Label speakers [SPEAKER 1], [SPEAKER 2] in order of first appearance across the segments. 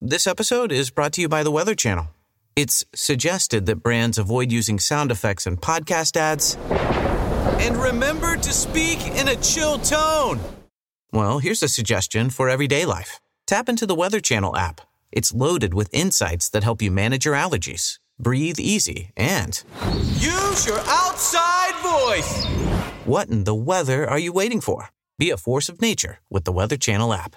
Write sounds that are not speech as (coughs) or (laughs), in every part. [SPEAKER 1] This episode is brought to you by the Weather Channel. It's suggested that brands avoid using sound effects in podcast ads. And remember to speak in a chill tone. Well, here's a suggestion for everyday life tap into the Weather Channel app. It's loaded with insights that help you manage your allergies, breathe easy, and use your outside voice. What in the weather are you waiting for? Be a force of nature with the Weather Channel app.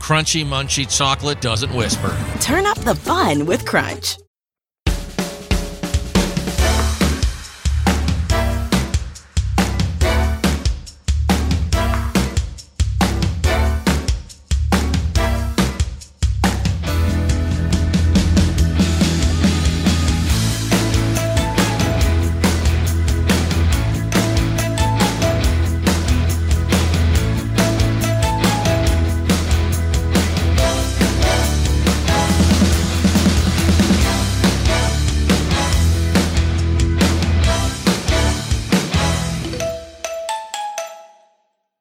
[SPEAKER 2] Crunchy munchy chocolate doesn't whisper.
[SPEAKER 3] Turn up the fun with Crunch.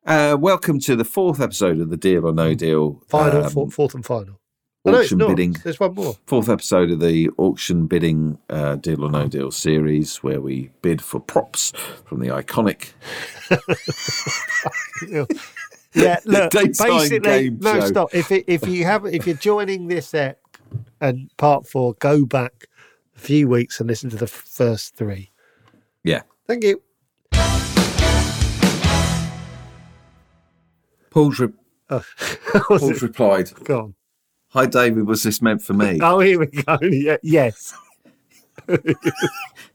[SPEAKER 4] Uh, welcome to the fourth episode of the Deal or No Deal
[SPEAKER 5] Mm. Final,
[SPEAKER 4] um,
[SPEAKER 5] fourth, fourth and final. No, no, it's
[SPEAKER 4] auction
[SPEAKER 5] not.
[SPEAKER 4] bidding.
[SPEAKER 5] There's one more.
[SPEAKER 4] Fourth episode of the auction bidding uh, Deal or No Deal series, where we bid for props from the iconic (laughs)
[SPEAKER 5] yeah, look,
[SPEAKER 4] Daytime
[SPEAKER 5] basically,
[SPEAKER 4] game
[SPEAKER 5] no,
[SPEAKER 4] show.
[SPEAKER 5] stop. If it, if you have, if you're joining this app and part four, go back a few weeks and listen to the first three.
[SPEAKER 4] yeah
[SPEAKER 5] Thank you.
[SPEAKER 4] Paul's, re- Paul's replied,
[SPEAKER 5] (laughs) Go on.
[SPEAKER 4] "Hi David, was this meant for
[SPEAKER 5] (laughs)
[SPEAKER 4] me?"
[SPEAKER 5] Oh, here we go. Yeah, yes,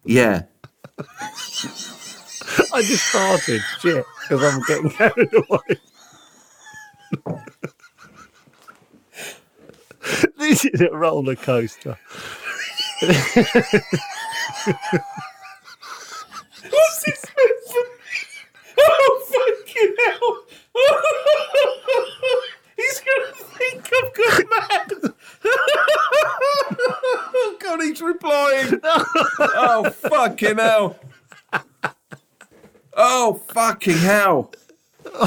[SPEAKER 4] yeah,
[SPEAKER 5] I just started shit because I'm getting (laughs) carried away. this is a roller coaster.
[SPEAKER 4] oh god, he's replying. (laughs) oh fucking hell! Oh fucking hell!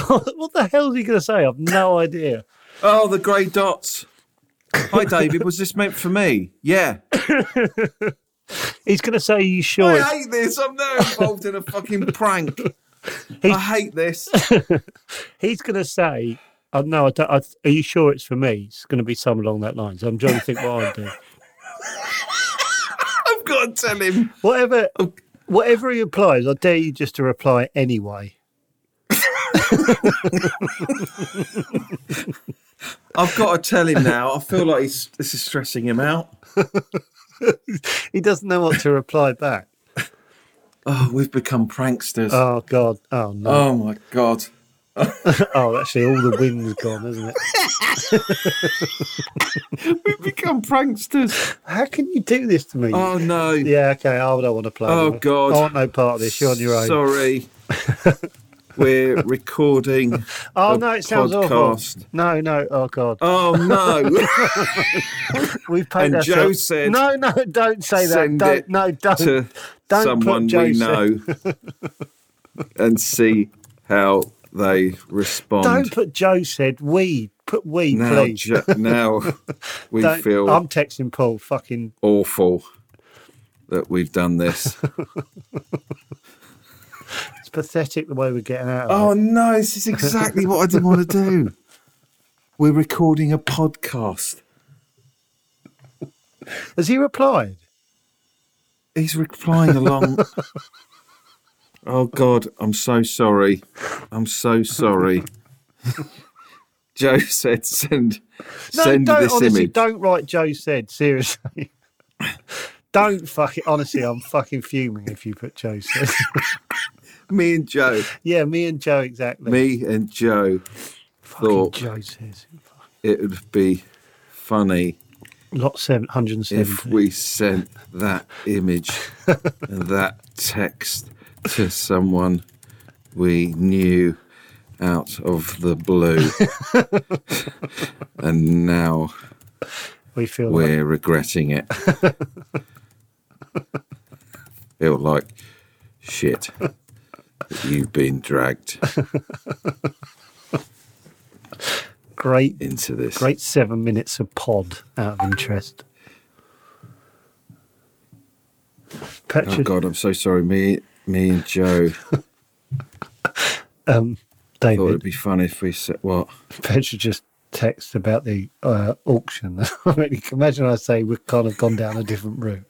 [SPEAKER 5] what the hell is he going to say? I've no idea.
[SPEAKER 4] Oh, the grey dots. Hi David, was this meant for me? Yeah.
[SPEAKER 5] He's going to say, you sure?
[SPEAKER 4] I hate this. I'm now involved in a fucking
[SPEAKER 5] (laughs)
[SPEAKER 4] prank. I hate this.
[SPEAKER 5] He's going to say, oh, no, I don't, I, are you sure it's for me? It's going to be some along that line. So I'm trying to think what I'd do.
[SPEAKER 4] I've got to tell him.
[SPEAKER 5] (laughs) Whatever, whatever he replies, I dare you just to reply anyway.
[SPEAKER 4] I've got to tell him now. I feel like he's, this is stressing him out.
[SPEAKER 5] He doesn't know what to reply back.
[SPEAKER 4] Oh, we've become pranksters.
[SPEAKER 5] Oh, God. Oh, no.
[SPEAKER 4] oh my god.
[SPEAKER 5] Oh, actually, all the wind's gone, isn't it?
[SPEAKER 4] We've become pranksters.
[SPEAKER 5] How can you do this to me?
[SPEAKER 4] Oh no.
[SPEAKER 5] Yeah, okay. I don't want to play.
[SPEAKER 4] Oh,
[SPEAKER 5] anymore.
[SPEAKER 4] God.
[SPEAKER 5] I want no part of this. You're on your own.
[SPEAKER 4] Sorry. We're recording.
[SPEAKER 5] oh,
[SPEAKER 4] a
[SPEAKER 5] no, it sounds
[SPEAKER 4] podcast.
[SPEAKER 5] awful. No, no. Oh, God.
[SPEAKER 4] Oh no.
[SPEAKER 5] We've paid
[SPEAKER 4] And
[SPEAKER 5] ourselves-
[SPEAKER 4] Joe said,
[SPEAKER 5] "No, no, don't (laughs) say that.
[SPEAKER 4] "Send
[SPEAKER 5] don't,
[SPEAKER 4] it
[SPEAKER 5] no, don't,
[SPEAKER 4] to
[SPEAKER 5] don't
[SPEAKER 4] someone
[SPEAKER 5] put Joe
[SPEAKER 4] we
[SPEAKER 5] said-
[SPEAKER 4] know and see how they respond.
[SPEAKER 5] Don't put Joe said we. Put we,
[SPEAKER 4] now,
[SPEAKER 5] please.
[SPEAKER 4] ju- now (laughs) we
[SPEAKER 5] Don't-
[SPEAKER 4] feel
[SPEAKER 5] I'm texting Paul. Fucking
[SPEAKER 4] awful that we've done this.
[SPEAKER 5] it's pathetic the way we're getting out.
[SPEAKER 4] (laughs)
[SPEAKER 5] Of
[SPEAKER 4] oh no, this is exactly what I didn't want to do. We're recording a podcast.
[SPEAKER 5] it. Has he replied?
[SPEAKER 4] He's replying along. (laughs) oh God, I'm so sorry. I'm so (laughs) sorry. Joe said, "Send,
[SPEAKER 5] No,
[SPEAKER 4] send
[SPEAKER 5] don't.
[SPEAKER 4] this
[SPEAKER 5] honestly,
[SPEAKER 4] image."
[SPEAKER 5] don't write Joe said. Seriously. (laughs) Don't fucking honestly, I'm fucking fuming if you put Joe said. (laughs)
[SPEAKER 4] Me and Joe,
[SPEAKER 5] yeah, me and Joe exactly.
[SPEAKER 4] me and Joe
[SPEAKER 5] fucking
[SPEAKER 4] thought
[SPEAKER 5] Joe says.
[SPEAKER 4] it would be funny
[SPEAKER 5] lot seven hundred and seventy.
[SPEAKER 4] if we sent that image and that text to someone we knew out of the blue. and now
[SPEAKER 5] we feel like
[SPEAKER 4] we're regretting it. Feel like shit. that You've been dragged
[SPEAKER 5] great,
[SPEAKER 4] into this.
[SPEAKER 5] great seven minutes of pod out of interest.
[SPEAKER 4] Oh
[SPEAKER 5] Petra,
[SPEAKER 4] God, I'm so sorry. Me, me and Joe thought it'd
[SPEAKER 5] David,
[SPEAKER 4] be fun if we said what.
[SPEAKER 5] Petra just texted about the uh, auction. (laughs) I mean, you can imagine I say we've kind of gone down a different route.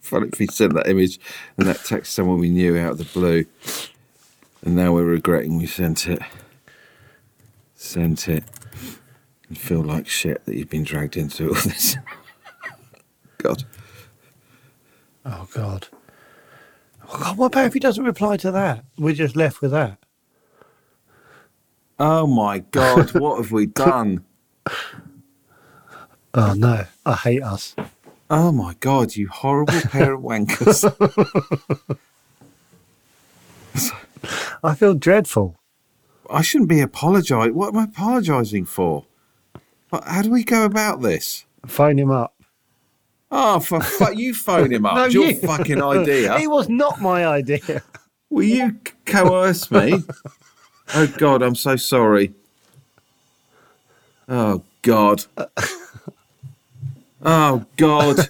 [SPEAKER 4] fun if he sent that image and that text someone we knew out of the blue. And now we're regretting we sent it. Sent it. And feel like shit that you've been dragged into all this. God.
[SPEAKER 5] Oh God. Oh, God, what about if he doesn't reply to that? We're just left with that.
[SPEAKER 4] Oh my God, what have we done?
[SPEAKER 5] Oh no, I hate us.
[SPEAKER 4] Oh my God, you horrible pair of wankers.
[SPEAKER 5] I feel dreadful.
[SPEAKER 4] I shouldn't be apologising. What am I apologising for? Like, How do we go about this?
[SPEAKER 5] Phone him up.
[SPEAKER 4] Oh, for fuck, you phone him up.
[SPEAKER 5] No,
[SPEAKER 4] it's your
[SPEAKER 5] you.
[SPEAKER 4] fucking idea.
[SPEAKER 5] It was not my (laughs) idea.
[SPEAKER 4] Will you c- coerce
[SPEAKER 5] (laughs)
[SPEAKER 4] me? oh God, I'm so sorry. Oh
[SPEAKER 5] (laughs)
[SPEAKER 4] God. Oh God.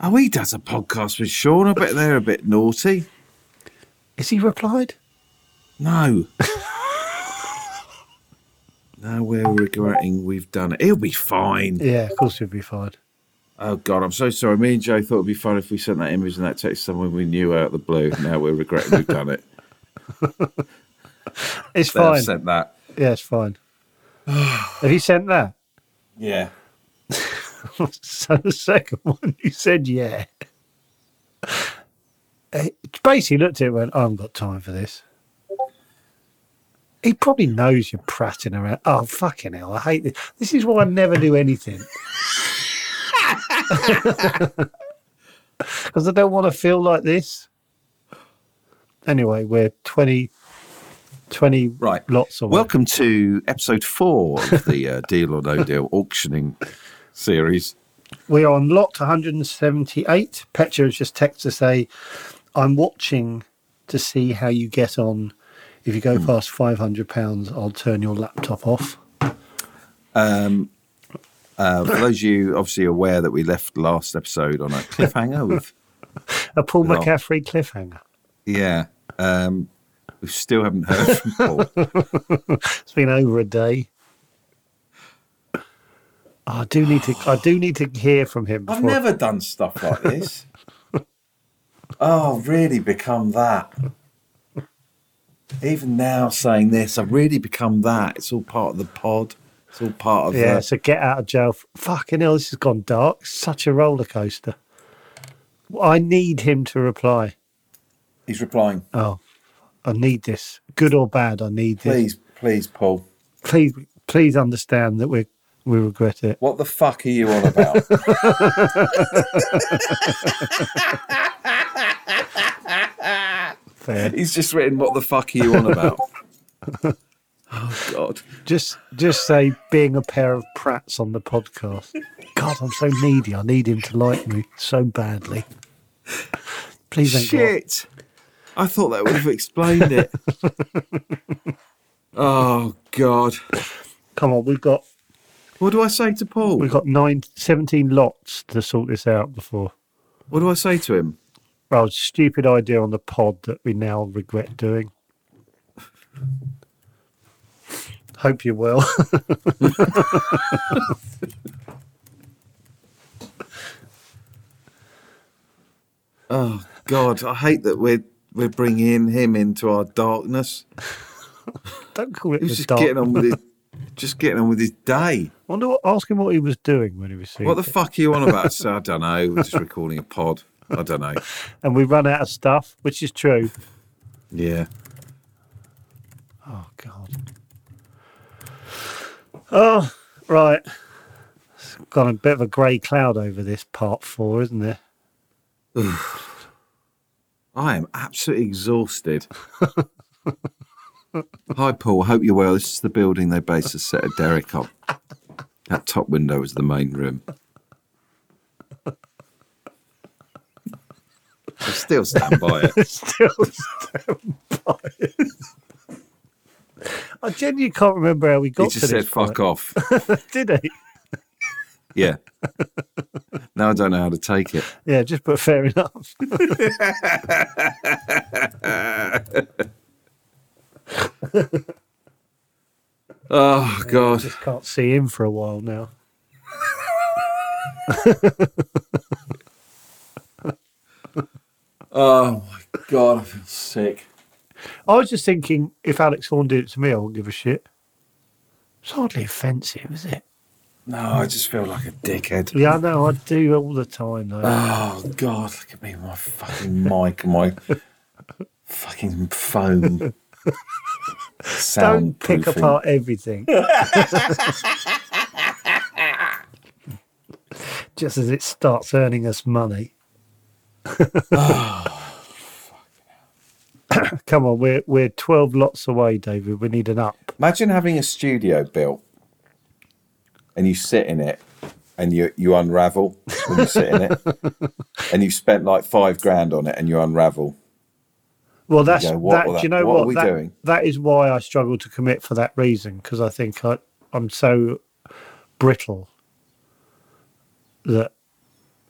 [SPEAKER 4] Oh, he does a podcast with Sean. I bet they're a bit naughty.
[SPEAKER 5] Is he replied? (laughs)
[SPEAKER 4] No. No, we're regretting we've done it. He'll be fine.
[SPEAKER 5] Yeah, of course he'd be fired.
[SPEAKER 4] Oh God, I'm so sorry. Me and Joe thought it'd be fun if we sent that image and that text to someone we knew out of the blue. Now we're regretting we've done it. They've
[SPEAKER 5] It's (laughs) fine.
[SPEAKER 4] sent that.
[SPEAKER 5] Yeah, it's fine. (sighs) Have you sent that?
[SPEAKER 4] Yeah.
[SPEAKER 5] (laughs) So the second one, you said yeah. He basically looked at it and went, I haven't got time for this. He probably knows you're prattling around. Oh, fucking hell, I hate this. This is why I never do anything. (laughs) Because I don't want to feel like this. Anyway, we're 20, 20
[SPEAKER 4] Right.
[SPEAKER 5] lots of
[SPEAKER 4] Welcome to episode four (laughs) of the uh, Deal or No Deal auctioning series.
[SPEAKER 5] We are on lot 178. Petra has just texted to say, I'm watching to see how you get on. If you go past £500, I'll turn your laptop off.
[SPEAKER 4] Uh, for those of you obviously aware that we left last episode on a cliffhanger (laughs) with,
[SPEAKER 5] A Paul
[SPEAKER 4] Well.
[SPEAKER 5] McCaffrey cliffhanger.
[SPEAKER 4] yeah, um, we still haven't heard from Paul.
[SPEAKER 5] It's been over a day. I do need to. I do need to hear from him.
[SPEAKER 4] (laughs) I've
[SPEAKER 5] before-
[SPEAKER 4] never done stuff like this. Oh, I've really become that. Even now, saying this, I've really become that. It's all part of the pod. It's all part of
[SPEAKER 5] Yeah.
[SPEAKER 4] the
[SPEAKER 5] So get out of jail. f- Fucking hell, this has gone dark. Such a roller coaster. I need him to reply.
[SPEAKER 4] He's replying,
[SPEAKER 5] Oh, I need this. Good or bad, I need this.
[SPEAKER 4] please, please, Paul.
[SPEAKER 5] please please understand that we we regret it.
[SPEAKER 4] What the fuck are you on about?
[SPEAKER 5] Fair.
[SPEAKER 4] He's just written, "What the fuck are you on (laughs) about?" oh God!
[SPEAKER 5] Just just say being a pair of prats on the podcast. God, I'm so needy. I need him to like me so badly. Please don't go. on.
[SPEAKER 4] Shit! I thought that would have explained (laughs) it. oh God!
[SPEAKER 5] Come on, we've got
[SPEAKER 4] What do I say to Paul?
[SPEAKER 5] we've got nine, 17 lots to sort this out before.
[SPEAKER 4] What do I say to him?
[SPEAKER 5] Well, stupid idea on the pod that we now regret doing. Hope you will.
[SPEAKER 4] Oh God! I hate that we're we're bringing him into our darkness.
[SPEAKER 5] (laughs) don't call it
[SPEAKER 4] He was
[SPEAKER 5] the
[SPEAKER 4] just
[SPEAKER 5] dark.
[SPEAKER 4] getting on with his, just getting on with his (laughs) day.
[SPEAKER 5] Wonder what, ask him what he was doing when he was seeing
[SPEAKER 4] What the fuck are you on about? So, I don't know. We're just recording a pod. I don't know.
[SPEAKER 5] and we run out of stuff, which is true.
[SPEAKER 4] Yeah.
[SPEAKER 5] Oh God. Oh right. got a bit of a grey cloud over this part four, isn't (laughs) there?
[SPEAKER 4] I am absolutely exhausted. Hi, Paul. Hope you're well. This is the building they based the set of Derek on. That top window was the main room. I still stand by it.
[SPEAKER 5] Still stand by it. I genuinely can't remember how we got
[SPEAKER 4] He
[SPEAKER 5] to
[SPEAKER 4] just
[SPEAKER 5] this.
[SPEAKER 4] said, fuck off.
[SPEAKER 5] off. Did he?
[SPEAKER 4] Yeah. Now I don't know how to take it.
[SPEAKER 5] Yeah, just but fair enough. (laughs)
[SPEAKER 4] Oh, God.
[SPEAKER 5] Just can't see him for a while now.
[SPEAKER 4] Oh, my God. I feel sick.
[SPEAKER 5] I was just thinking, if Alex Horn did it to me, I wouldn't give a shit. It's hardly offensive, is it?
[SPEAKER 4] No, I just feel like a dickhead.
[SPEAKER 5] Yeah, I know. I do all the time, though.
[SPEAKER 4] Oh God! Look at me, my fucking mic, and my fucking phone.
[SPEAKER 5] Don't pick
[SPEAKER 4] Soundproofing.
[SPEAKER 5] apart everything. Just as it starts earning us money. (coughs) Come on, we're we're twelve lots away, David. We need an up.
[SPEAKER 4] Imagine having a studio built, and you sit in it, and you you unravel when you sit in
[SPEAKER 5] (laughs)
[SPEAKER 4] it, and you spent like five grand on it, and you unravel.
[SPEAKER 5] Well, that's
[SPEAKER 4] go, what
[SPEAKER 5] that.
[SPEAKER 4] will
[SPEAKER 5] Do you
[SPEAKER 4] that-
[SPEAKER 5] know
[SPEAKER 4] what
[SPEAKER 5] what?
[SPEAKER 4] are we
[SPEAKER 5] that,
[SPEAKER 4] doing?
[SPEAKER 5] that is why I struggle to commit for that reason because I think I, I'm so brittle that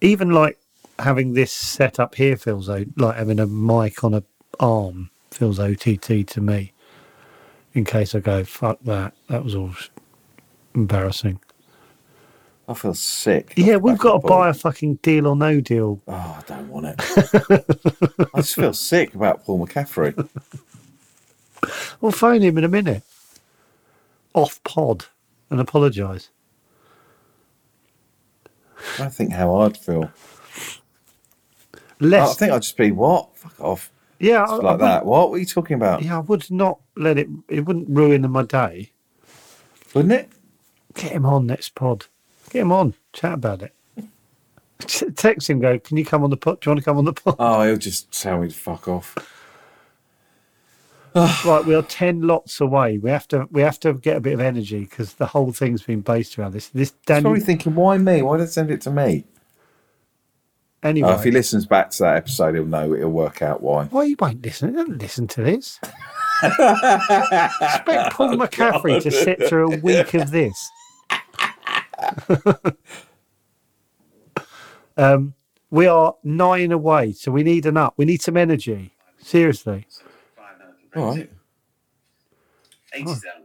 [SPEAKER 5] even like having this set up here feels o- like having a mic on a arm feels OTT to me. In case I go fuck that, that was all s- embarrassing.
[SPEAKER 4] I feel sick.
[SPEAKER 5] Yeah, we've
[SPEAKER 4] Back
[SPEAKER 5] got
[SPEAKER 4] and
[SPEAKER 5] to buy a
[SPEAKER 4] forth.
[SPEAKER 5] fucking deal or no deal.
[SPEAKER 4] Oh, I don't want it. I just feel sick about Paul McCaffrey.
[SPEAKER 5] We'll phone him in a minute. Off pod and apologise.
[SPEAKER 4] I think how I'd feel. I
[SPEAKER 5] Less
[SPEAKER 4] think I'd just be what? Fuck off.
[SPEAKER 5] Yeah, I,
[SPEAKER 4] Just
[SPEAKER 5] Oh, I
[SPEAKER 4] like that. What were you talking about?
[SPEAKER 5] wouldn't- Yeah, I would not let it. It wouldn't ruin my day.
[SPEAKER 4] Wouldn't it?
[SPEAKER 5] Get him on next pod. Get him on. Chat about it. (laughs) T- Text him. Go. Can you come on the pod? Do you want to come on
[SPEAKER 4] (laughs)
[SPEAKER 5] the pod?
[SPEAKER 4] Oh, he'll just tell me to fuck off.
[SPEAKER 5] right, we are ten lots away. We have to. We have to get a bit of energy because the whole thing's been based around this. This
[SPEAKER 4] He's
[SPEAKER 5] Daniel.
[SPEAKER 4] probably thinking, why me? Why did they send it to me?
[SPEAKER 5] Anyway,
[SPEAKER 4] Oh, if he listens back to that episode, he'll know. He'll work out why.
[SPEAKER 5] why you won't listen? Don't listen to this.
[SPEAKER 4] (laughs)
[SPEAKER 5] Expect Paul
[SPEAKER 4] Oh,
[SPEAKER 5] McCaffrey to sit through a week of this. (laughs) um, we are nine away, so we need an up. We need some energy. Seriously.
[SPEAKER 4] All right.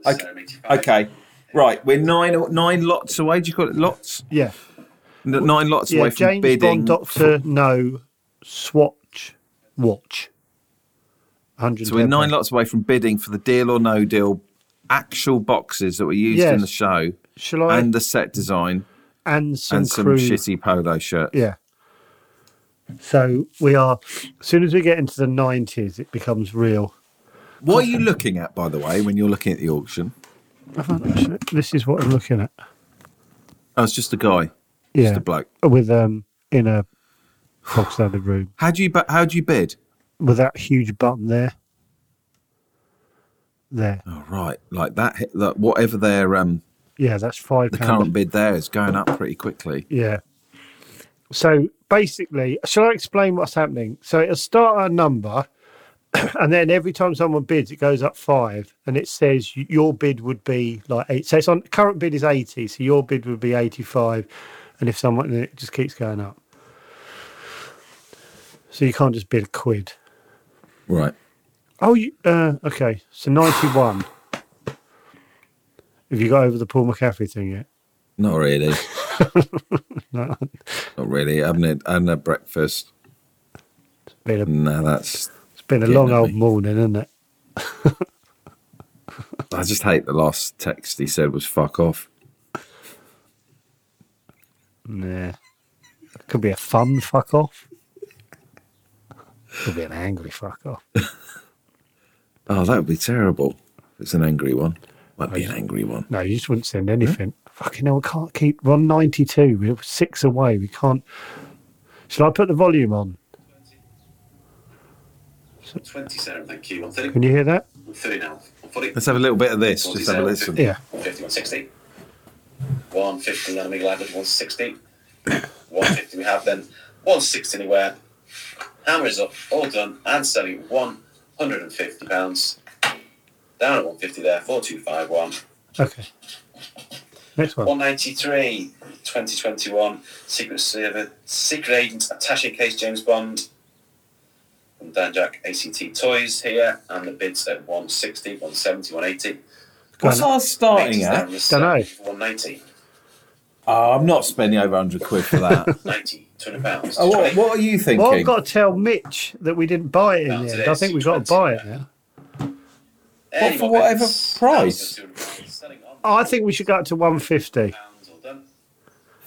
[SPEAKER 4] Okay. okay. Right. We're nine nine lots away. Do you call it lots?
[SPEAKER 5] Yeah.
[SPEAKER 4] N- Nine lots
[SPEAKER 5] Yeah.
[SPEAKER 4] away from
[SPEAKER 5] James
[SPEAKER 4] bidding.
[SPEAKER 5] Bond, Doctor No, Swatch, Watch. Hundred.
[SPEAKER 4] so we're nine lots away from bidding for the deal or no deal actual boxes that were used in
[SPEAKER 5] Yes.
[SPEAKER 4] the show
[SPEAKER 5] Shall I?
[SPEAKER 4] and
[SPEAKER 5] And,
[SPEAKER 4] the set design
[SPEAKER 5] some,
[SPEAKER 4] and some
[SPEAKER 5] crew.
[SPEAKER 4] shitty polo shirts.
[SPEAKER 5] Yeah. So we are. As soon as we get into the nineties, it becomes real.
[SPEAKER 4] What are you looking at, by the way, when you're looking at the auction?
[SPEAKER 5] This is what I'm looking at.
[SPEAKER 4] Oh, it's just a guy,
[SPEAKER 5] Yeah.
[SPEAKER 4] just a bloke.
[SPEAKER 5] With um in a box out of the room
[SPEAKER 4] How do you ba- how do you bid?
[SPEAKER 5] with that huge button there. There.
[SPEAKER 4] Oh, right, like that. hit- Like whatever their um
[SPEAKER 5] Yeah, that's five
[SPEAKER 4] the
[SPEAKER 5] pound.
[SPEAKER 4] current bid there is going up pretty quickly.
[SPEAKER 5] Yeah. So basically, shall I explain what's happening? So it'll start at a number, (clears throat) and then every time someone bids, it goes up five, and it says y- your bid would be like eight. So it's on current bid is eighty, so your bid would be eighty-five, and if someone and it just keeps going up. So you can't just bid a quid.
[SPEAKER 4] Right.
[SPEAKER 5] Oh, you, uh, okay. So ninety-one. Have you got over the Paul McCaffrey thing yet?
[SPEAKER 4] Not really.
[SPEAKER 5] (laughs) No,
[SPEAKER 4] Not really. I haven't had, I haven't had breakfast.
[SPEAKER 5] it's been a,
[SPEAKER 4] No, that's.
[SPEAKER 5] it's been a
[SPEAKER 4] Mm, Yeah,
[SPEAKER 5] long
[SPEAKER 4] no,
[SPEAKER 5] old
[SPEAKER 4] mate.
[SPEAKER 5] morning, isn't it?
[SPEAKER 4] I just hate the last text he said was "fuck off."
[SPEAKER 5] Nah. Could be a fun fuck off. Could be an angry fuck off.
[SPEAKER 4] Oh, that would be terrible. It's an angry one. Might be an angry one.
[SPEAKER 5] No, you just wouldn't send anything. Fucking hell, we can't keep. We're on 92. We're six away. We can't. Shall I put the volume on?
[SPEAKER 6] 27, thank you.
[SPEAKER 5] Can you hear that?
[SPEAKER 6] 30 now. 40.
[SPEAKER 4] Let's have a little bit of this. Just have a listen.
[SPEAKER 5] Yeah.
[SPEAKER 6] 160. 150 on Amiga Library, (coughs) 160. 150 we have then. 160 anywhere. Hammer is up, all done, and selling £150. Pounds. Down at 150 there, 4251.
[SPEAKER 5] Okay. Next one.
[SPEAKER 6] 193, 2021, Secret Service, Secret Agent Attache Case James Bond. From Dan Jack ACT Toys here, and the bids at 160, 170, 180.
[SPEAKER 4] What's
[SPEAKER 5] Don't know.
[SPEAKER 4] ours starting at?
[SPEAKER 5] Dunno.
[SPEAKER 6] 190,
[SPEAKER 4] Oh, I'm not spending over 100 quid for (laughs) that.
[SPEAKER 6] 90, 200 pounds.
[SPEAKER 4] oh, what, what are you thinking?
[SPEAKER 5] Well, I've got to tell Mitch that we didn't buy it in the end. I think we've got to buy it now.
[SPEAKER 4] What, for whatever price?
[SPEAKER 5] Oh, I think we should go up to 150.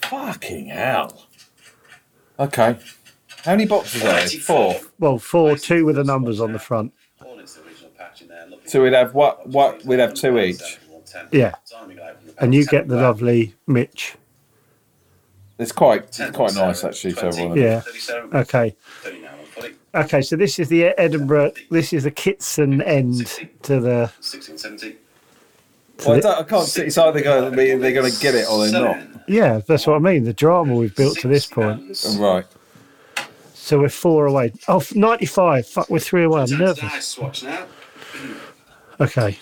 [SPEAKER 4] Fucking hell. Okay. How many boxes are there? Four.
[SPEAKER 5] Well, four, two with the numbers on the front.
[SPEAKER 4] So we'd have what? What? We'd have two each.
[SPEAKER 5] Yeah. And you get the lovely Mitch.
[SPEAKER 4] It's quite, it's quite nice actually. To have one of them.
[SPEAKER 5] Yeah. Okay. Okay. So this is the Edinburgh. This is the Kitson end to the.
[SPEAKER 6] 1670.
[SPEAKER 4] Well, I, don't- I can't see. It's either going to be they're going to get it or they're not.
[SPEAKER 5] Yeah, that's what I mean. The drama we've built to this point.
[SPEAKER 4] Right.
[SPEAKER 5] So we're four away. Oh, f- 95. Fuck, we're three away. I'm nervous.
[SPEAKER 6] Swatch now.
[SPEAKER 5] Okay.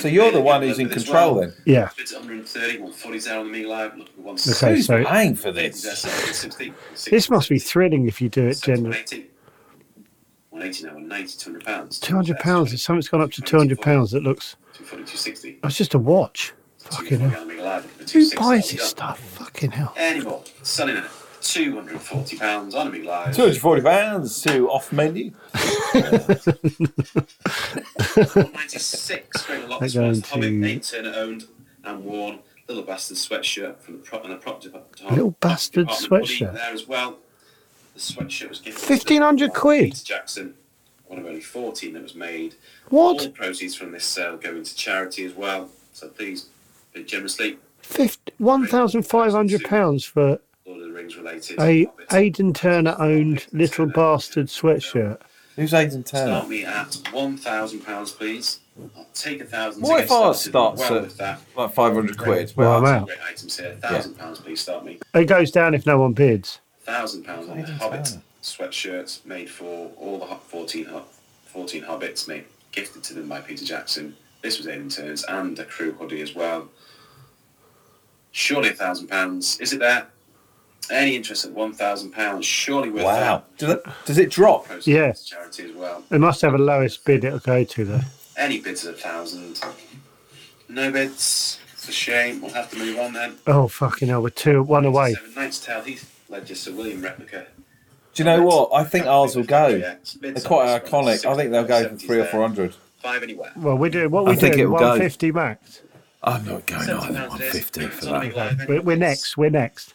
[SPEAKER 4] So you're the one who's in control then.
[SPEAKER 5] Yeah.
[SPEAKER 6] Bids at 130, 140 down on the meal live, looking at 160.
[SPEAKER 5] Okay.
[SPEAKER 4] Who's
[SPEAKER 5] So
[SPEAKER 4] paying for
[SPEAKER 6] Bids there,
[SPEAKER 4] this?
[SPEAKER 6] 760,
[SPEAKER 5] this must be thrilling if you do it
[SPEAKER 6] 160,
[SPEAKER 5] generally.
[SPEAKER 6] 180. 180 now, 190, 200 pounds.
[SPEAKER 5] 200 pounds. If something's gone up to 200 pounds, that looks.
[SPEAKER 6] 240, 260.
[SPEAKER 5] That's just a watch. Fucking hell. Who buys this stuff? Fucking hell.
[SPEAKER 6] Anymore. Selling it. £240 on a meal live.
[SPEAKER 4] Two hundred forty pounds to off menu.
[SPEAKER 6] 96 great lot
[SPEAKER 5] They're
[SPEAKER 6] of sports.
[SPEAKER 5] going
[SPEAKER 6] The Hobbit,
[SPEAKER 5] to-
[SPEAKER 6] eight Turner owned and worn. Little Bastard sweatshirt from the prop and the prop department.
[SPEAKER 5] Little Bastard
[SPEAKER 6] department hoodie
[SPEAKER 5] sweatshirt.
[SPEAKER 6] There as well. The sweatshirt was gifted. to
[SPEAKER 5] 1500 quid.
[SPEAKER 6] Peter Jackson, one of only 14 that was made. All
[SPEAKER 5] What?
[SPEAKER 6] proceeds from this sale go into charity as well. So please, bid generously.
[SPEAKER 5] Fifty- £1,500 for
[SPEAKER 6] Lord of the Rings related.
[SPEAKER 5] a
[SPEAKER 6] Hobbit.
[SPEAKER 5] Aidan Turner owned little bastard sweatshirt.
[SPEAKER 4] Who's Aidan Turner?
[SPEAKER 6] Start me at £1,000, please. I'll take a thousand. to
[SPEAKER 4] What
[SPEAKER 6] get
[SPEAKER 4] if ours
[SPEAKER 6] started.
[SPEAKER 4] starts
[SPEAKER 6] well
[SPEAKER 4] at
[SPEAKER 6] with that.
[SPEAKER 4] like five hundred quid?
[SPEAKER 5] Well, I'm out.
[SPEAKER 6] Great items here. Thousand pounds, please start me.
[SPEAKER 5] It goes down if no one bids.
[SPEAKER 6] thousand pounds on the
[SPEAKER 4] Bloody
[SPEAKER 6] Hobbit
[SPEAKER 4] hell.
[SPEAKER 6] sweatshirts made for all the ho- 14, ho- 14 Hobbits made gifted to them by Peter Jackson. This was Aidan Turner's and a crew hoodie as well. Surely a thousand pounds. Is it there? Any interest at one thousand pounds? Surely worth
[SPEAKER 4] Wow. Does it, does it drop?
[SPEAKER 6] that.
[SPEAKER 5] Yeah.
[SPEAKER 6] Charity as well.
[SPEAKER 5] It must have a lowest bid it'll go to, though.
[SPEAKER 6] Any bids at a thousand. No bids. It's a shame. We'll have to move on then.
[SPEAKER 5] Oh, fucking hell. We're two, one away.
[SPEAKER 6] Seven Knights Tale Heath Ledger Sir William replica
[SPEAKER 4] Do you know what? I think ours will go. They're quite iconic. I think they'll go for three or four hundred.
[SPEAKER 6] Five anywhere.
[SPEAKER 5] Well, we're doing what we
[SPEAKER 4] I think
[SPEAKER 5] do.
[SPEAKER 4] it'll go.
[SPEAKER 5] 150 max.
[SPEAKER 4] I'm not going
[SPEAKER 6] Seventy
[SPEAKER 4] either.
[SPEAKER 6] pounds
[SPEAKER 4] One
[SPEAKER 6] it is.
[SPEAKER 4] fifty for
[SPEAKER 6] It's on
[SPEAKER 4] that.
[SPEAKER 6] Big Live
[SPEAKER 5] We're,
[SPEAKER 6] anyway.
[SPEAKER 5] we're next. We're next.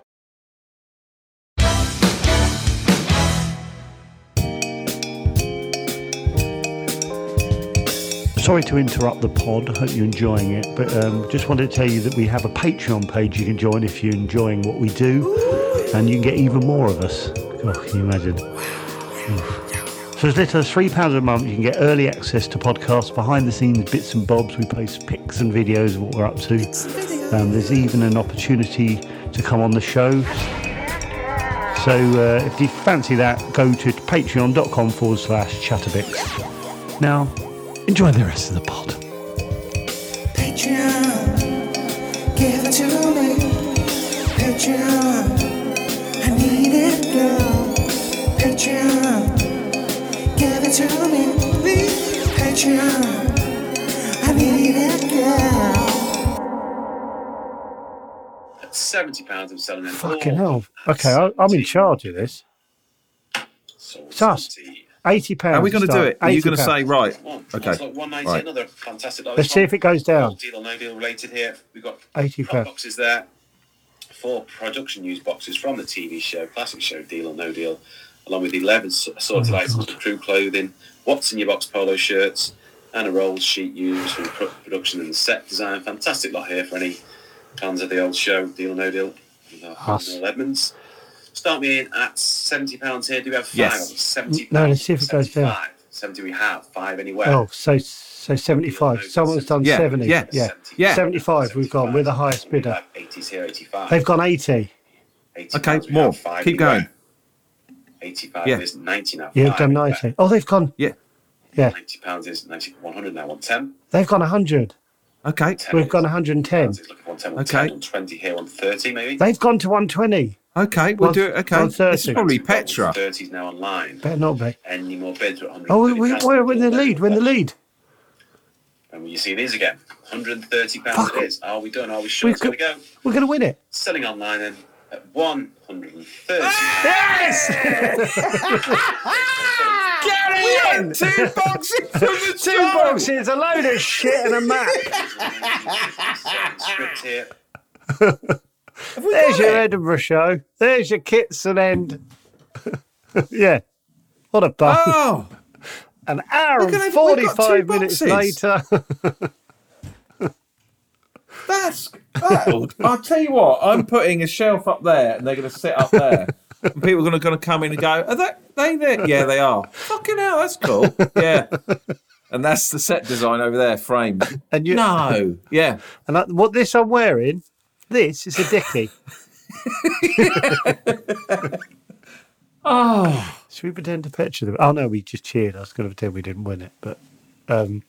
[SPEAKER 5] Sorry to interrupt the pod. I hope you're enjoying it, but um, just wanted to tell you that we have a Patreon page you can join if you're enjoying what we Oh, do, and you can get even more of us. God, can you imagine? Oof. For as little as £3 a month, you can get early access to podcasts, behind the scenes bits and bobs. We post pics and videos of what we're up to. Um, there's even an opportunity to come on the show. So uh, if you fancy that, go to patreon.com forward slash chatterbix. Now, enjoy the rest of the pod.
[SPEAKER 7] Patreon, give it to me. Patreon, I need it, girl. Patreon, give it to me. Please. Patreon, I need it, girl.
[SPEAKER 6] At seventy pounds, I'm selling them.
[SPEAKER 4] Oh,
[SPEAKER 5] Fucking
[SPEAKER 6] all.
[SPEAKER 5] hell. Okay, I, I'm in charge of this.
[SPEAKER 6] So
[SPEAKER 5] It's us. Eighty pounds.
[SPEAKER 4] Are we going to do it? Are you going to say right?
[SPEAKER 6] One.
[SPEAKER 4] Okay.
[SPEAKER 6] That's like 190,
[SPEAKER 4] Right.
[SPEAKER 6] another fantastic.
[SPEAKER 5] Let's see if it goes down.
[SPEAKER 6] Deal or no deal related here. We've got
[SPEAKER 5] Eighty
[SPEAKER 6] prop
[SPEAKER 5] pounds.
[SPEAKER 6] boxes there. Four production news boxes from the TV show, classic show, Deal or No Deal, along with 11 s-
[SPEAKER 5] Oh
[SPEAKER 6] assorted items of crew clothing, what's in your box polo shirts, and a roll sheet used from pro- production and set design. Fantastic lot here for any fans of the old show, Deal or No Deal. with our friend
[SPEAKER 5] Us.
[SPEAKER 6] Neil Edmonds. Start me in at £70 here. Do we have five?
[SPEAKER 4] Yes.
[SPEAKER 6] 70
[SPEAKER 5] No, let's see if it goes down.
[SPEAKER 6] 75. 70 we have, five anywhere.
[SPEAKER 5] Oh, so so seventy-five. Someone's done
[SPEAKER 4] Yeah,
[SPEAKER 5] seventy.
[SPEAKER 4] yeah,
[SPEAKER 5] yeah.
[SPEAKER 4] yeah.
[SPEAKER 5] Seventy-five. We've gone. We're the highest bidder.
[SPEAKER 6] 80s here, 85.
[SPEAKER 5] They've gone eighty.
[SPEAKER 6] 80
[SPEAKER 4] Okay,
[SPEAKER 6] pounds, we
[SPEAKER 4] more.
[SPEAKER 6] have five
[SPEAKER 4] Keep
[SPEAKER 6] anywhere.
[SPEAKER 4] going.
[SPEAKER 6] 85
[SPEAKER 4] Yeah.
[SPEAKER 6] is 90 now.
[SPEAKER 5] Yeah,
[SPEAKER 6] five
[SPEAKER 5] they've done
[SPEAKER 6] anywhere.
[SPEAKER 5] ninety. Oh, they've gone.
[SPEAKER 4] Yeah.
[SPEAKER 5] Yeah,
[SPEAKER 6] 90 pounds is 90, 100 now, 110.
[SPEAKER 5] they've gone hundred.
[SPEAKER 4] Okay.
[SPEAKER 6] 10
[SPEAKER 5] We've gone one hundred and ten.
[SPEAKER 6] pounds is looking 110,
[SPEAKER 4] Okay.
[SPEAKER 6] 110, 120 here, 130 maybe.
[SPEAKER 5] They've gone to one twenty.
[SPEAKER 4] Okay. We'll
[SPEAKER 5] One-
[SPEAKER 4] do it. Okay.
[SPEAKER 5] one thirty.
[SPEAKER 4] It's probably
[SPEAKER 6] We've got
[SPEAKER 4] Petra.
[SPEAKER 6] 130s now online.
[SPEAKER 5] Better not be.
[SPEAKER 6] Any more bids? We're at
[SPEAKER 5] Oh, we,
[SPEAKER 6] 130
[SPEAKER 5] we,
[SPEAKER 6] pounds.
[SPEAKER 5] we're in the lead. We're in the lead.
[SPEAKER 6] And you see these again. 130 pounds
[SPEAKER 5] Fuck.
[SPEAKER 6] it is. Are we done? Are we sure
[SPEAKER 5] We've
[SPEAKER 6] it's going to go?
[SPEAKER 5] We're going to win it.
[SPEAKER 6] Selling online then at 130.
[SPEAKER 5] (laughs)
[SPEAKER 4] Two boxes from the
[SPEAKER 5] Two boxes, a load of
[SPEAKER 4] (laughs)
[SPEAKER 5] shit, and a map.
[SPEAKER 6] Script here.
[SPEAKER 5] There's your Edinburgh show. There's your kits and end. (laughs) yeah. What a bum.
[SPEAKER 4] Oh,
[SPEAKER 5] An hour
[SPEAKER 4] look at
[SPEAKER 5] and
[SPEAKER 4] it, we've got
[SPEAKER 5] 45
[SPEAKER 4] two
[SPEAKER 5] minutes
[SPEAKER 4] boxes.
[SPEAKER 5] later. (laughs)
[SPEAKER 4] that's. That, I'll tell you what. I'm putting a shelf up there, and they're going to sit up there. (laughs) And people are going to come in and go, "Are they, they there? Yeah, they are. Fucking hell, that's cool. Yeah." And that's the set design over there, frame.
[SPEAKER 5] and you,
[SPEAKER 4] No. Yeah.
[SPEAKER 5] (laughs) And that, what this I'm wearing, this is a (laughs) dickie.
[SPEAKER 4] (laughs) Oh.
[SPEAKER 5] Should we pretend to picture them? Oh, no, we just cheered. I was going to pretend we didn't win it, but um,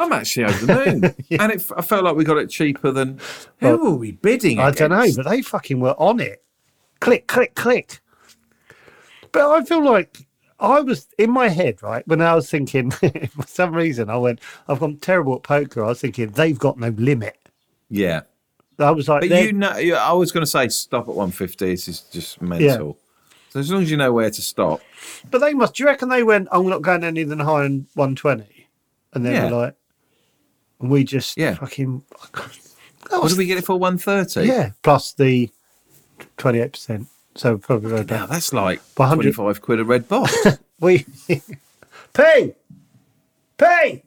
[SPEAKER 4] I'm actually over the
[SPEAKER 5] (laughs)
[SPEAKER 4] moon. And it, I felt like we got it cheaper than. Who were we bidding?
[SPEAKER 5] I don't know,
[SPEAKER 4] against?
[SPEAKER 5] but they fucking were on it. Click, click, click. But I feel like I was in my head, right? When I was thinking, (laughs) for some reason, I went, I've gone terrible at poker. I was thinking, they've got no limit.
[SPEAKER 4] Yeah.
[SPEAKER 5] I was like,
[SPEAKER 4] But
[SPEAKER 5] they're-
[SPEAKER 4] you know, yeah, I was going to say stop at 150. This is just mental. So as long as you know where to stop,
[SPEAKER 5] but they must, do you reckon they went, I'm not going any than higher than 120? And they
[SPEAKER 4] Yeah.
[SPEAKER 5] were like, and we just
[SPEAKER 4] Yeah.
[SPEAKER 5] fucking, I can't-
[SPEAKER 4] what did we get it for? 130.
[SPEAKER 5] yeah, plus the 28%. So probably right
[SPEAKER 4] Now
[SPEAKER 5] back.
[SPEAKER 4] that's like
[SPEAKER 5] 100.
[SPEAKER 4] 25 quid a red
[SPEAKER 5] (laughs)
[SPEAKER 4] box.
[SPEAKER 5] We P P.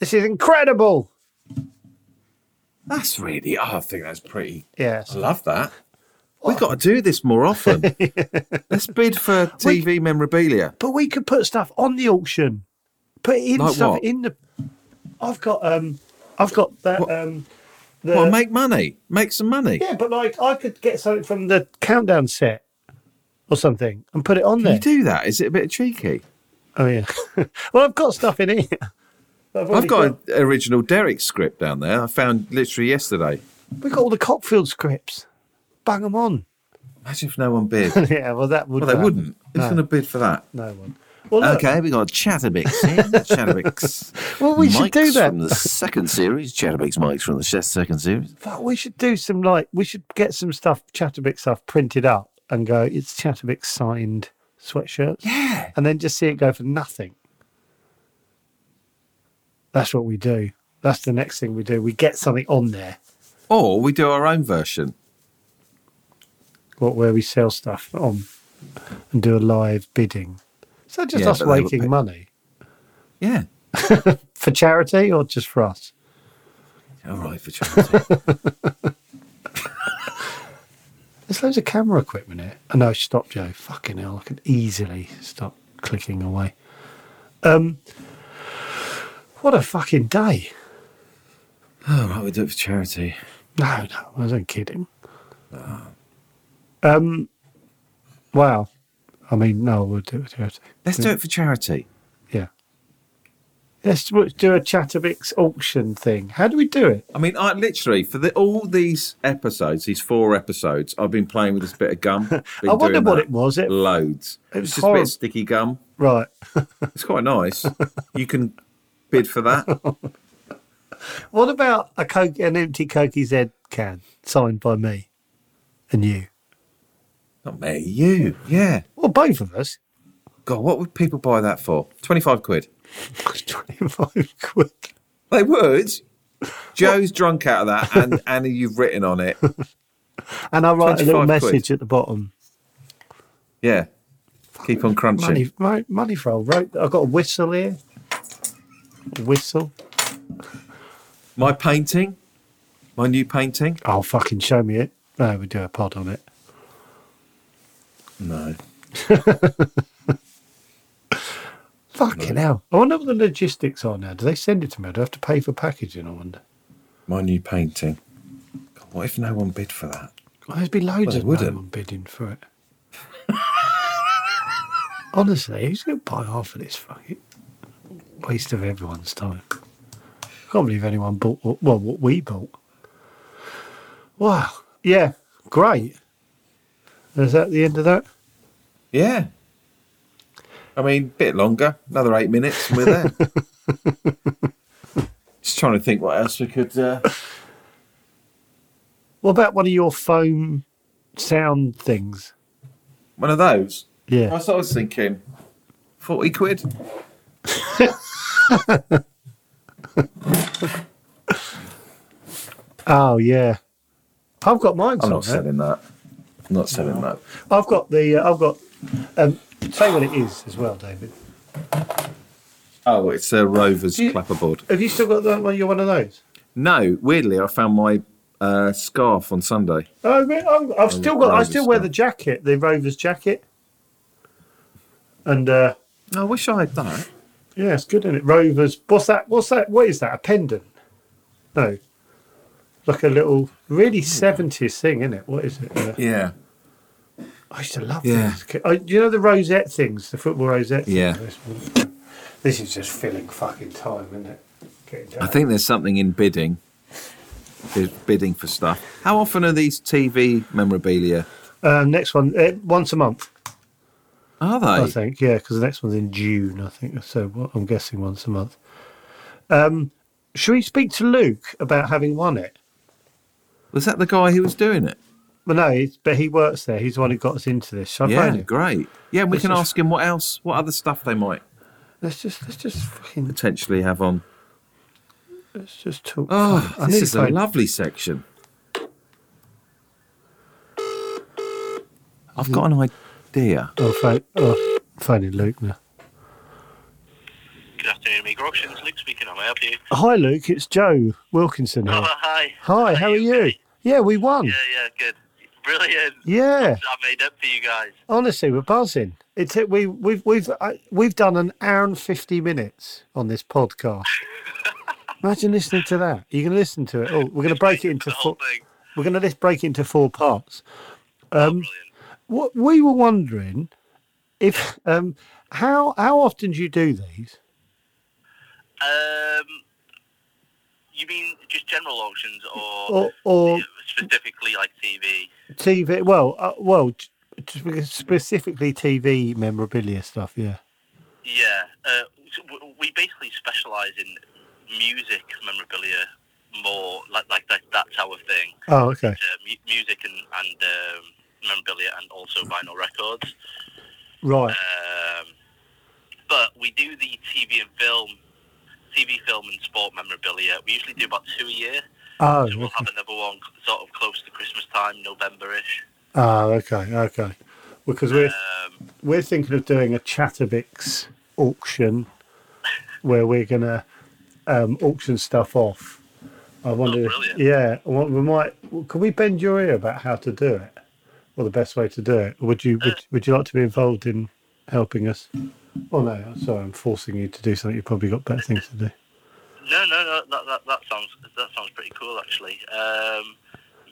[SPEAKER 5] This is incredible.
[SPEAKER 4] that's really. oh, I think that's pretty.
[SPEAKER 5] Yes.
[SPEAKER 4] I love that. We've got to do this more
[SPEAKER 5] (laughs)
[SPEAKER 4] often. Let's bid for TV memorabilia.
[SPEAKER 5] But we could put stuff on the auction. Put in
[SPEAKER 4] Like
[SPEAKER 5] stuff
[SPEAKER 4] what?
[SPEAKER 5] in the I've got um I've got that
[SPEAKER 4] What-
[SPEAKER 5] um the
[SPEAKER 4] Well, make money. Make some money.
[SPEAKER 5] Yeah, but like I could get something from the countdown set or something and put it on
[SPEAKER 4] Can
[SPEAKER 5] there.
[SPEAKER 4] you do that? Is it a bit cheeky?
[SPEAKER 5] oh yeah. (laughs) well I've got stuff in here. I've, already
[SPEAKER 4] I've got an original Derek script down there. I found literally yesterday.
[SPEAKER 5] we've got all the Copfield scripts. Bang them on. (laughs)
[SPEAKER 4] Imagine if no one bid.
[SPEAKER 5] yeah, well that would
[SPEAKER 4] Well, they
[SPEAKER 5] that-
[SPEAKER 4] wouldn't. Who's
[SPEAKER 5] No.
[SPEAKER 4] going to bid for that?
[SPEAKER 5] No one. Well, look,
[SPEAKER 4] Okay, we got Chatterbix here. (laughs) Chatterbix.
[SPEAKER 5] Well, we should do
[SPEAKER 8] Mike's
[SPEAKER 5] that.
[SPEAKER 8] from the second series. Chatterbix Mike's from the se- second series.
[SPEAKER 5] Fuck, we should do some like we should get some stuff Chatterbix stuff printed up and go. It's Chatterbix signed sweatshirts. Yeah, and then just see it go for nothing. That's what we do. That's the next thing we do. We get something on there
[SPEAKER 4] Or we do our own version.
[SPEAKER 5] what, where we sell stuff on and do a live bidding. So just
[SPEAKER 4] Yeah,
[SPEAKER 5] us
[SPEAKER 4] but they would
[SPEAKER 5] raking
[SPEAKER 4] pay-
[SPEAKER 5] money
[SPEAKER 4] Yeah.
[SPEAKER 5] for charity or just for us.
[SPEAKER 4] All right, for charity.
[SPEAKER 5] There's loads of camera equipment here. Oh, no, stop, Joe. Fucking hell, I could easily stop. clicking away. Um, what a fucking day.
[SPEAKER 4] Oh, might we do it for charity?
[SPEAKER 5] No, no, I don't kid him. Um, wow. I mean, no, we'll do it for charity.
[SPEAKER 4] Let's do it for charity.
[SPEAKER 5] Yeah. Let's w- do a Chatterbix auction thing. How do we do it?
[SPEAKER 4] I mean, I literally for the, all these episodes, these four episodes, I've been playing with this bit of gum. Been
[SPEAKER 5] I wonder
[SPEAKER 4] doing
[SPEAKER 5] what
[SPEAKER 4] that
[SPEAKER 5] it was. It,
[SPEAKER 4] loads.
[SPEAKER 5] It
[SPEAKER 4] It
[SPEAKER 5] was
[SPEAKER 4] was just a bit
[SPEAKER 5] horrible.
[SPEAKER 4] of sticky gum.
[SPEAKER 5] right.
[SPEAKER 4] It's quite nice. you can bid for that.
[SPEAKER 5] What about a Coke, an empty Cokie Z can signed by me and you?
[SPEAKER 4] Not me, you. Yeah.
[SPEAKER 5] Well, both of us. (laughs)
[SPEAKER 4] God, what would people buy that for? Twenty-five quid.
[SPEAKER 5] 25 quid.
[SPEAKER 4] They would. Joe's drunk out of that, and (laughs) Annie, you've written on it.
[SPEAKER 5] And I write a little
[SPEAKER 4] 25 quid.
[SPEAKER 5] message at the bottom.
[SPEAKER 4] Yeah. Keep on crunching.
[SPEAKER 5] Money, money, money for old rope. I've got a whistle here. Whistle.
[SPEAKER 4] My painting, my new painting.
[SPEAKER 5] Oh, fucking show me it. No, we do a pod on it.
[SPEAKER 4] No.
[SPEAKER 5] Fucking hell. I wonder what the logistics are now. Do they send it to me? Do I have to pay for packaging? I wonder.
[SPEAKER 4] My new painting. God, what if no one bid for that?
[SPEAKER 5] Well, there'd be loads
[SPEAKER 4] Well,
[SPEAKER 5] of
[SPEAKER 4] they wouldn't.
[SPEAKER 5] no one bidding for it. (laughs) Honestly, who's going to buy half of this fucking waste of everyone's time? I can't believe anyone bought what, well, what we bought. Wow. Yeah, great. Is that the end of that?
[SPEAKER 4] Yeah. I mean, bit longer, another eight minutes, and we're there. Just trying to think what else we could. Uh...
[SPEAKER 5] What about one of your foam sound things?
[SPEAKER 4] One of those.
[SPEAKER 5] Yeah.
[SPEAKER 4] That's what I was thinking. 40 quid.
[SPEAKER 5] Oh, yeah. I've got mine.
[SPEAKER 4] I'm not selling that. I'm not selling that.
[SPEAKER 5] I've got the. Uh, I've got. Um, say what it is as well, David.
[SPEAKER 4] Oh, it's a Rover's clapperboard.
[SPEAKER 5] Have you still got that one? You're one of those.
[SPEAKER 4] No, weirdly, I found my uh, scarf on Sunday.
[SPEAKER 5] Oh, re- oh, I've still got. I
[SPEAKER 4] Rover's
[SPEAKER 5] still wear
[SPEAKER 4] scarf.
[SPEAKER 5] the jacket, the Rover's jacket. And uh,
[SPEAKER 4] Oh, I wish I had that.
[SPEAKER 5] yeah, it's good, isn't it? Rover's. What's that? What's that? What is that? A pendant? No. Like a little, really
[SPEAKER 4] Hmm.
[SPEAKER 5] seventies thing, isn't it? What is it? Uh,
[SPEAKER 4] Yeah.
[SPEAKER 5] I used to love
[SPEAKER 4] Yeah.
[SPEAKER 5] these. ki- I, you know the rosette things, the football rosette. things?
[SPEAKER 4] Yeah.
[SPEAKER 5] This- This is just filling fucking time, isn't it? Getting down.
[SPEAKER 4] I think there's something in bidding. There's bidding for stuff. How often are these TV memorabilia?
[SPEAKER 5] Um, next one, uh, once a month,
[SPEAKER 4] Are they?
[SPEAKER 5] I think. Yeah, because the next one's in June, I think. So what, I'm guessing once a month. Um, should we speak to Luke about having won it?
[SPEAKER 4] Was that the guy who was doing it?
[SPEAKER 5] Well, no, he's, but he works there. He's the one who got us into this. Shall I
[SPEAKER 4] yeah,
[SPEAKER 5] phone him?
[SPEAKER 4] great. Yeah, and we
[SPEAKER 5] This
[SPEAKER 4] can
[SPEAKER 5] is-
[SPEAKER 4] ask him what else, what other stuff they might
[SPEAKER 5] Let's just let's just fucking
[SPEAKER 4] potentially have on.
[SPEAKER 5] let's just talk.
[SPEAKER 4] Oh,
[SPEAKER 5] I need
[SPEAKER 4] this
[SPEAKER 5] to
[SPEAKER 4] is a
[SPEAKER 5] phone-
[SPEAKER 4] lovely section. Hmm. I've got an idea.
[SPEAKER 5] Oh, phone, oh, phoning Luke now.
[SPEAKER 9] Good afternoon, Meager Auctions. Luke speaking. How may I help you?
[SPEAKER 5] Hi, Luke. It's Joe Wilkinson here.
[SPEAKER 9] Oh, hi.
[SPEAKER 5] Hi, how are you? Yeah, we won.
[SPEAKER 9] Yeah, yeah, good. Brilliant.
[SPEAKER 5] Yeah.
[SPEAKER 9] I made up for you guys.
[SPEAKER 5] Honestly, we're buzzing. It's it, we we've we've I, we've done an hour and fifty minutes on this (laughs) podcast. Imagine listening to that. You can listen to it. Oh, we're going to break it into four. We're going to just break it into four parts. Um, what we were wondering if um, how how often do you do these?
[SPEAKER 9] Um, you mean just general auctions or,
[SPEAKER 5] Or, or
[SPEAKER 9] specifically like TV?
[SPEAKER 5] TV? Well, uh, well, t- t- specifically TV memorabilia stuff. Yeah.
[SPEAKER 9] Yeah. Uh, so w- we basically specialise in music memorabilia more. Like, like that, that's our thing.
[SPEAKER 5] Oh, okay.
[SPEAKER 9] Uh, mu- music and, and um, memorabilia and also vinyl records.
[SPEAKER 5] Right.
[SPEAKER 9] Um, but we do the TV and film, TV, film, and sport memorabilia. We usually do about two a year.
[SPEAKER 5] Oh,
[SPEAKER 9] so we'll
[SPEAKER 5] okay. (laughs)
[SPEAKER 9] have another one sort of close to Christmas time, November-ish.
[SPEAKER 5] Oh, okay, okay. Because we're we're thinking of doing a Chatterbix auction where we're gonna um, auction stuff off. I wonder, if, yeah, I want- we might. well, Can we bend your ear about how to do it, or the best way to do it? Would you would, would you like to be involved in helping us? Oh no, sorry, I'm forcing you to do something. You've probably got better things to do.
[SPEAKER 9] No, no, no. That, that, that sounds that sounds pretty cool, actually. Um,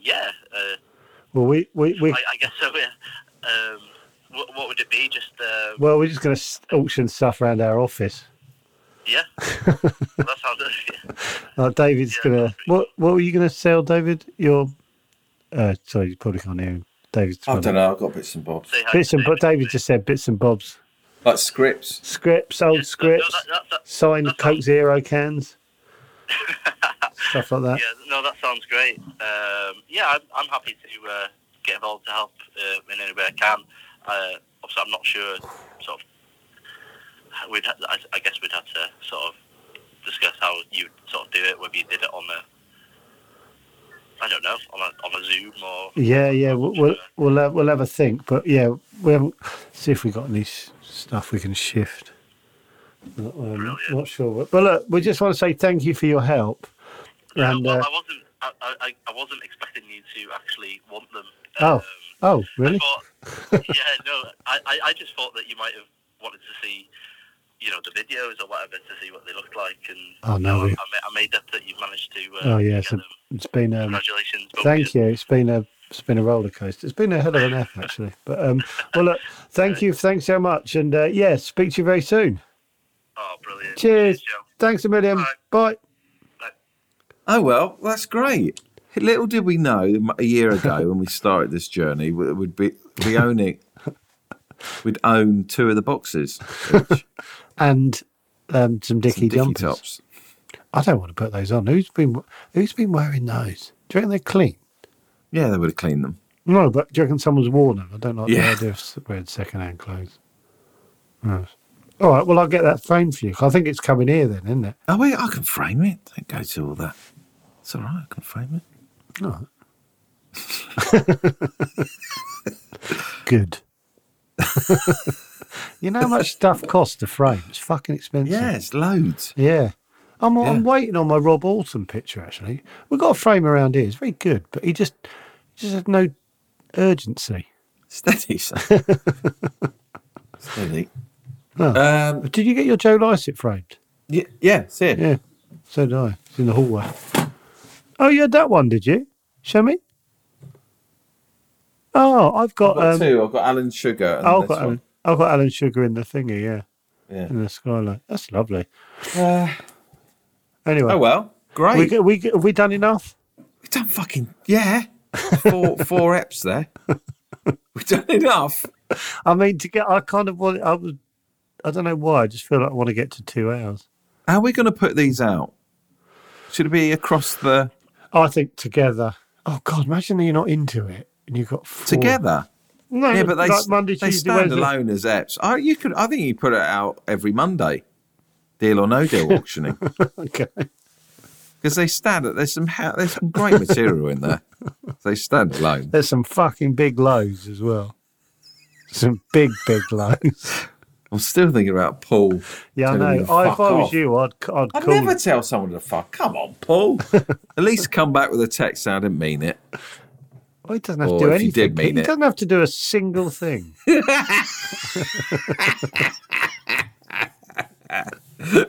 [SPEAKER 9] yeah. Uh,
[SPEAKER 5] Well, we we, we
[SPEAKER 9] I, I guess so. Yeah. Um, what, what would it be? Just uh,
[SPEAKER 5] well, we're just going to auction stuff around our office.
[SPEAKER 9] yeah. that sounds. (laughs)
[SPEAKER 5] Uh, David's gonna. What What were you gonna sell, David? Your. Uh, sorry, you probably can't hear him. David's.
[SPEAKER 4] I don't know. I've got bits and bobs.
[SPEAKER 5] Bits and but David just said bits and bobs.
[SPEAKER 4] Like scripts.
[SPEAKER 5] Scripts, old scripts, signed Coke Zero cans, stuff like that.
[SPEAKER 9] (laughs) Yeah, no, that sounds great. Um, yeah, I'm, I'm happy to uh, get involved to help uh, in any way I can. Uh, obviously, I'm not sure. Sort of, we'd ha- I, I guess we'd have to sort of discuss how you sort of do it. Whether you did it on a, I don't know, on a on a Zoom or
[SPEAKER 5] Yeah, yeah, we'll we'll we'll have, we'll have a think, but yeah, we haven't. See if we got any s- stuff we can shift. Not- I'm not sure, what, but look, we just want to say thank you for your help. And uh,
[SPEAKER 9] I wasn't. I, I, I wasn't expecting you to actually want them. Um,
[SPEAKER 5] oh, oh, really?
[SPEAKER 9] yeah, no, I, I, I just thought that you might have wanted to see, you know, the videos or whatever to see what they looked like, and
[SPEAKER 5] Oh, no,
[SPEAKER 9] I, I,
[SPEAKER 5] we-
[SPEAKER 9] ma- I made up that you managed to. Uh,
[SPEAKER 5] Oh yeah, it's, a, it's been um,
[SPEAKER 9] Congratulations, both
[SPEAKER 5] Thank you. It's been a it's been a roller coaster. It's been a hell of an F actually. But um, well, look, thank you, thanks so much, and uh, yeah, speak to you very soon.
[SPEAKER 9] Oh, brilliant!
[SPEAKER 5] Cheers. thanks a million. Bye.
[SPEAKER 4] Oh well, that's great. Little did we know a year
[SPEAKER 5] (laughs)
[SPEAKER 4] ago when we started this journey, we would be be owning, we'd own two of the boxes,
[SPEAKER 5] And um, some dicky
[SPEAKER 4] dicky
[SPEAKER 5] jumpers.
[SPEAKER 4] tops.
[SPEAKER 5] I don't want to put those on. Who's been Who's been wearing those? Do you reckon they're clean?
[SPEAKER 4] Yeah, they would have cleaned them.
[SPEAKER 5] No, but do you reckon someone's worn them? I don't like
[SPEAKER 4] Yeah.
[SPEAKER 5] the idea of s- wearing second-hand clothes. Right. All right, well, I'll get that framed for you. I think it's coming here then, isn't it?
[SPEAKER 4] Oh wait, I can frame it. Don't go to all that. It's all right. I can frame it.
[SPEAKER 5] All Good. (laughs) you know how much stuff costs to frame? It's fucking expensive. Yeah,
[SPEAKER 4] it's loads.
[SPEAKER 5] Yeah. I'm, I'm waiting on my Rob Alton picture, actually. We've got a frame around here. It's very good, but he just just had no urgency.
[SPEAKER 4] Steady, son.
[SPEAKER 5] (laughs)
[SPEAKER 4] Steady.
[SPEAKER 5] Oh. did you get your Joe Lycett framed?
[SPEAKER 4] Yeah, yeah, see it.
[SPEAKER 5] Yeah, so did I. It's in the hallway. Oh, you had that one, did you? Show me. Oh, I've got,
[SPEAKER 4] I've got
[SPEAKER 5] um,
[SPEAKER 4] two. I've got Alan Sugar. And
[SPEAKER 5] I've
[SPEAKER 4] this
[SPEAKER 5] got,
[SPEAKER 4] one.
[SPEAKER 5] Alan, I've got Alan Sugar in the thingy, yeah.
[SPEAKER 4] Yeah.
[SPEAKER 5] In the skylight. That's lovely.
[SPEAKER 4] Uh,
[SPEAKER 5] Anyway.
[SPEAKER 4] Oh well, great.
[SPEAKER 5] We, go- we, go- have we done enough?
[SPEAKER 4] We've done fucking, yeah. Four, (laughs) four eps there. We've done enough.
[SPEAKER 5] I mean, to get, I kind of want, I was, I don't know why, I just feel like I want to get to two hours.
[SPEAKER 4] How are we going to put these out? Should it be across the
[SPEAKER 5] I think together. Oh, God, imagine that you're not into it and you've got four.
[SPEAKER 4] together?
[SPEAKER 5] No,
[SPEAKER 4] yeah, but they,
[SPEAKER 5] like Monday,
[SPEAKER 4] they
[SPEAKER 5] Tuesday,
[SPEAKER 4] stand
[SPEAKER 5] Wednesday.
[SPEAKER 4] alone as eps. I, you could, I think you put it out every Monday. Deal or no deal (laughs) auctioning.
[SPEAKER 5] (laughs) okay.
[SPEAKER 4] Because they stand. There's some ha- there's some great material in there. They stand alone.
[SPEAKER 5] There's some fucking big lows as well. Some big, big
[SPEAKER 4] (laughs)
[SPEAKER 5] lows.
[SPEAKER 4] I'm still thinking about Paul.
[SPEAKER 5] Yeah, I
[SPEAKER 4] telling
[SPEAKER 5] know.
[SPEAKER 4] me to
[SPEAKER 5] I, if
[SPEAKER 4] fuck
[SPEAKER 5] I was
[SPEAKER 4] off.
[SPEAKER 5] you, I'd, c- I'd
[SPEAKER 4] I'd
[SPEAKER 5] call
[SPEAKER 4] never tell someone to fuck. Come on,
[SPEAKER 5] (laughs)
[SPEAKER 4] Paul. At least come back with a text. saying I didn't mean it.
[SPEAKER 5] Well, he doesn't have
[SPEAKER 4] Or
[SPEAKER 5] to do
[SPEAKER 4] if you
[SPEAKER 5] anything.
[SPEAKER 4] did mean
[SPEAKER 5] he
[SPEAKER 4] it.
[SPEAKER 5] doesn't have to do a single thing.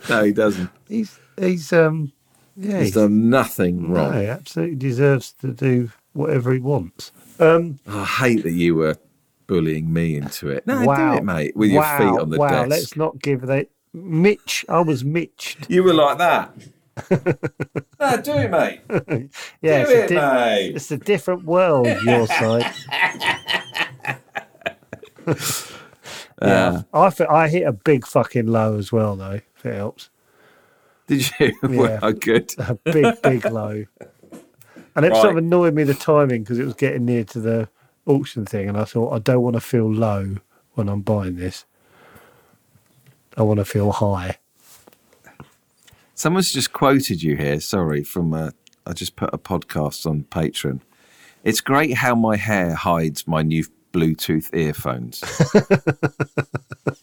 [SPEAKER 4] no, he doesn't.
[SPEAKER 5] he's he's um yeah
[SPEAKER 4] He's done nothing
[SPEAKER 5] no,
[SPEAKER 4] wrong.
[SPEAKER 5] he absolutely deserves to do whatever he wants. Um,
[SPEAKER 4] I hate that you were bullying me into it. No,
[SPEAKER 5] wow,
[SPEAKER 4] do it, mate, with your
[SPEAKER 5] Wow,
[SPEAKER 4] feet on the
[SPEAKER 5] wow,
[SPEAKER 4] desk.
[SPEAKER 5] let's not give that. Mitch, I was mitched.
[SPEAKER 4] You were like that. no, do it, mate.
[SPEAKER 5] Yeah,
[SPEAKER 4] Do
[SPEAKER 5] it's,
[SPEAKER 4] it,
[SPEAKER 5] a
[SPEAKER 4] mate.
[SPEAKER 5] it's a different world
[SPEAKER 4] (laughs)
[SPEAKER 5] your side.
[SPEAKER 4] Uh,
[SPEAKER 5] Yeah, I fe- I hit a big fucking low as well though. If it helps,
[SPEAKER 4] Did you?
[SPEAKER 5] Yeah.
[SPEAKER 4] (laughs) well, good.
[SPEAKER 5] a big
[SPEAKER 4] (laughs)
[SPEAKER 5] big low, and it
[SPEAKER 4] Right.
[SPEAKER 5] sort of annoyed me the timing because it was getting near to the auction thing, and I thought I don't want to feel low when I'm buying this. I want to feel high.
[SPEAKER 4] Someone's just quoted you here. Sorry, from uh, I just put a podcast on Patreon. It's great how my hair hides my new Bluetooth earphones.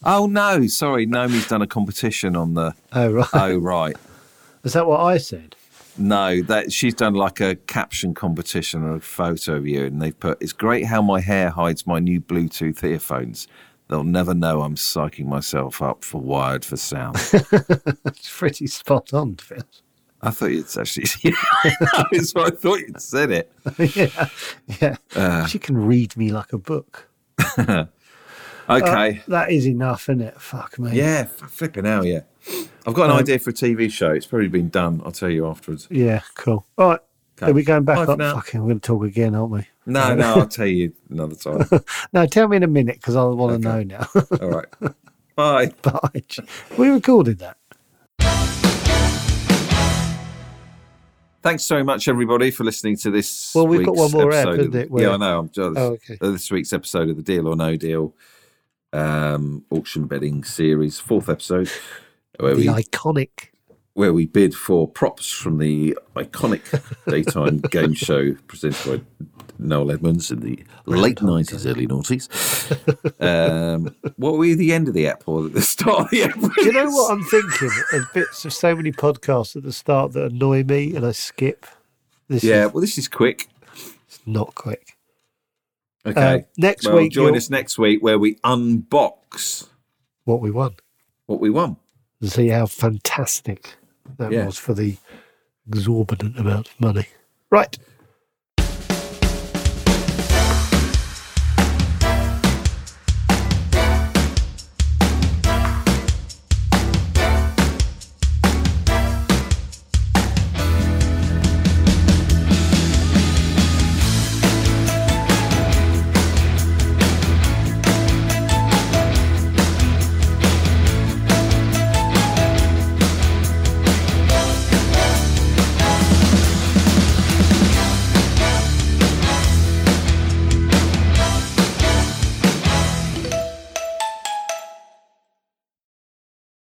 [SPEAKER 4] oh no, sorry, Nomi's done a competition on the.
[SPEAKER 5] Oh right,
[SPEAKER 4] Oh right,
[SPEAKER 5] is that what I said?
[SPEAKER 4] no, that she's done like a caption competition or a photo of you, and they've put it's great how my hair hides my new Bluetooth earphones. They'll never know I'm psyching myself up for Wired for Sound.
[SPEAKER 5] It's pretty spot on, Phil.
[SPEAKER 4] I thought you'd actually. (laughs) Yeah, it's what I thought you'd said it.
[SPEAKER 5] yeah, yeah.
[SPEAKER 4] Uh.
[SPEAKER 5] she can read me like a book.
[SPEAKER 4] okay.
[SPEAKER 5] Uh, that is enough, isn't it? Fuck me.
[SPEAKER 4] yeah, f- flipping hell, yeah. I've got an
[SPEAKER 5] Um,
[SPEAKER 4] idea for a TV show. It's probably been done. I'll tell you afterwards.
[SPEAKER 5] Yeah, cool. All right.
[SPEAKER 4] Okay.
[SPEAKER 5] Are we going
[SPEAKER 4] Bye
[SPEAKER 5] back
[SPEAKER 4] for
[SPEAKER 5] up?
[SPEAKER 4] now.
[SPEAKER 5] Fucking, we're going to talk again, aren't we?
[SPEAKER 4] No, no, I'll tell you another time.
[SPEAKER 5] no, tell me in a minute because I want to know now. (laughs)
[SPEAKER 4] All right. Bye.
[SPEAKER 5] Bye. We recorded that.
[SPEAKER 4] Thanks so much, everybody, for listening to this.
[SPEAKER 5] Well, we've got
[SPEAKER 4] week's
[SPEAKER 5] one more app,
[SPEAKER 4] episode
[SPEAKER 5] isn't
[SPEAKER 4] of the-
[SPEAKER 5] it, where-
[SPEAKER 4] Yeah, I know. I'm jealous.
[SPEAKER 5] Oh, okay.
[SPEAKER 4] Uh, This week's episode of the Deal or No Deal um, auction betting series, fourth episode, where we
[SPEAKER 5] the iconic.
[SPEAKER 4] where we bid for props from the iconic daytime
[SPEAKER 5] (laughs)
[SPEAKER 4] game show presented by Noel Edmonds in the late nineties, early noughties. Um, what were we at the end of the app or at the (laughs) start of the app?
[SPEAKER 5] Do you know what I'm thinking? Of bits of so many podcasts at the start that annoy me and I skip.
[SPEAKER 4] (laughs)
[SPEAKER 5] This
[SPEAKER 4] yeah,
[SPEAKER 5] is
[SPEAKER 4] well, this is quick.
[SPEAKER 5] not quick.
[SPEAKER 4] Okay.
[SPEAKER 5] Uh, next
[SPEAKER 4] Well,
[SPEAKER 5] week
[SPEAKER 4] join
[SPEAKER 5] you'll-
[SPEAKER 4] us next week where we unbox
[SPEAKER 5] What we won.
[SPEAKER 4] what we won.
[SPEAKER 5] And see how fantastic that
[SPEAKER 4] Yeah.
[SPEAKER 5] was for the exorbitant amount of money. Right.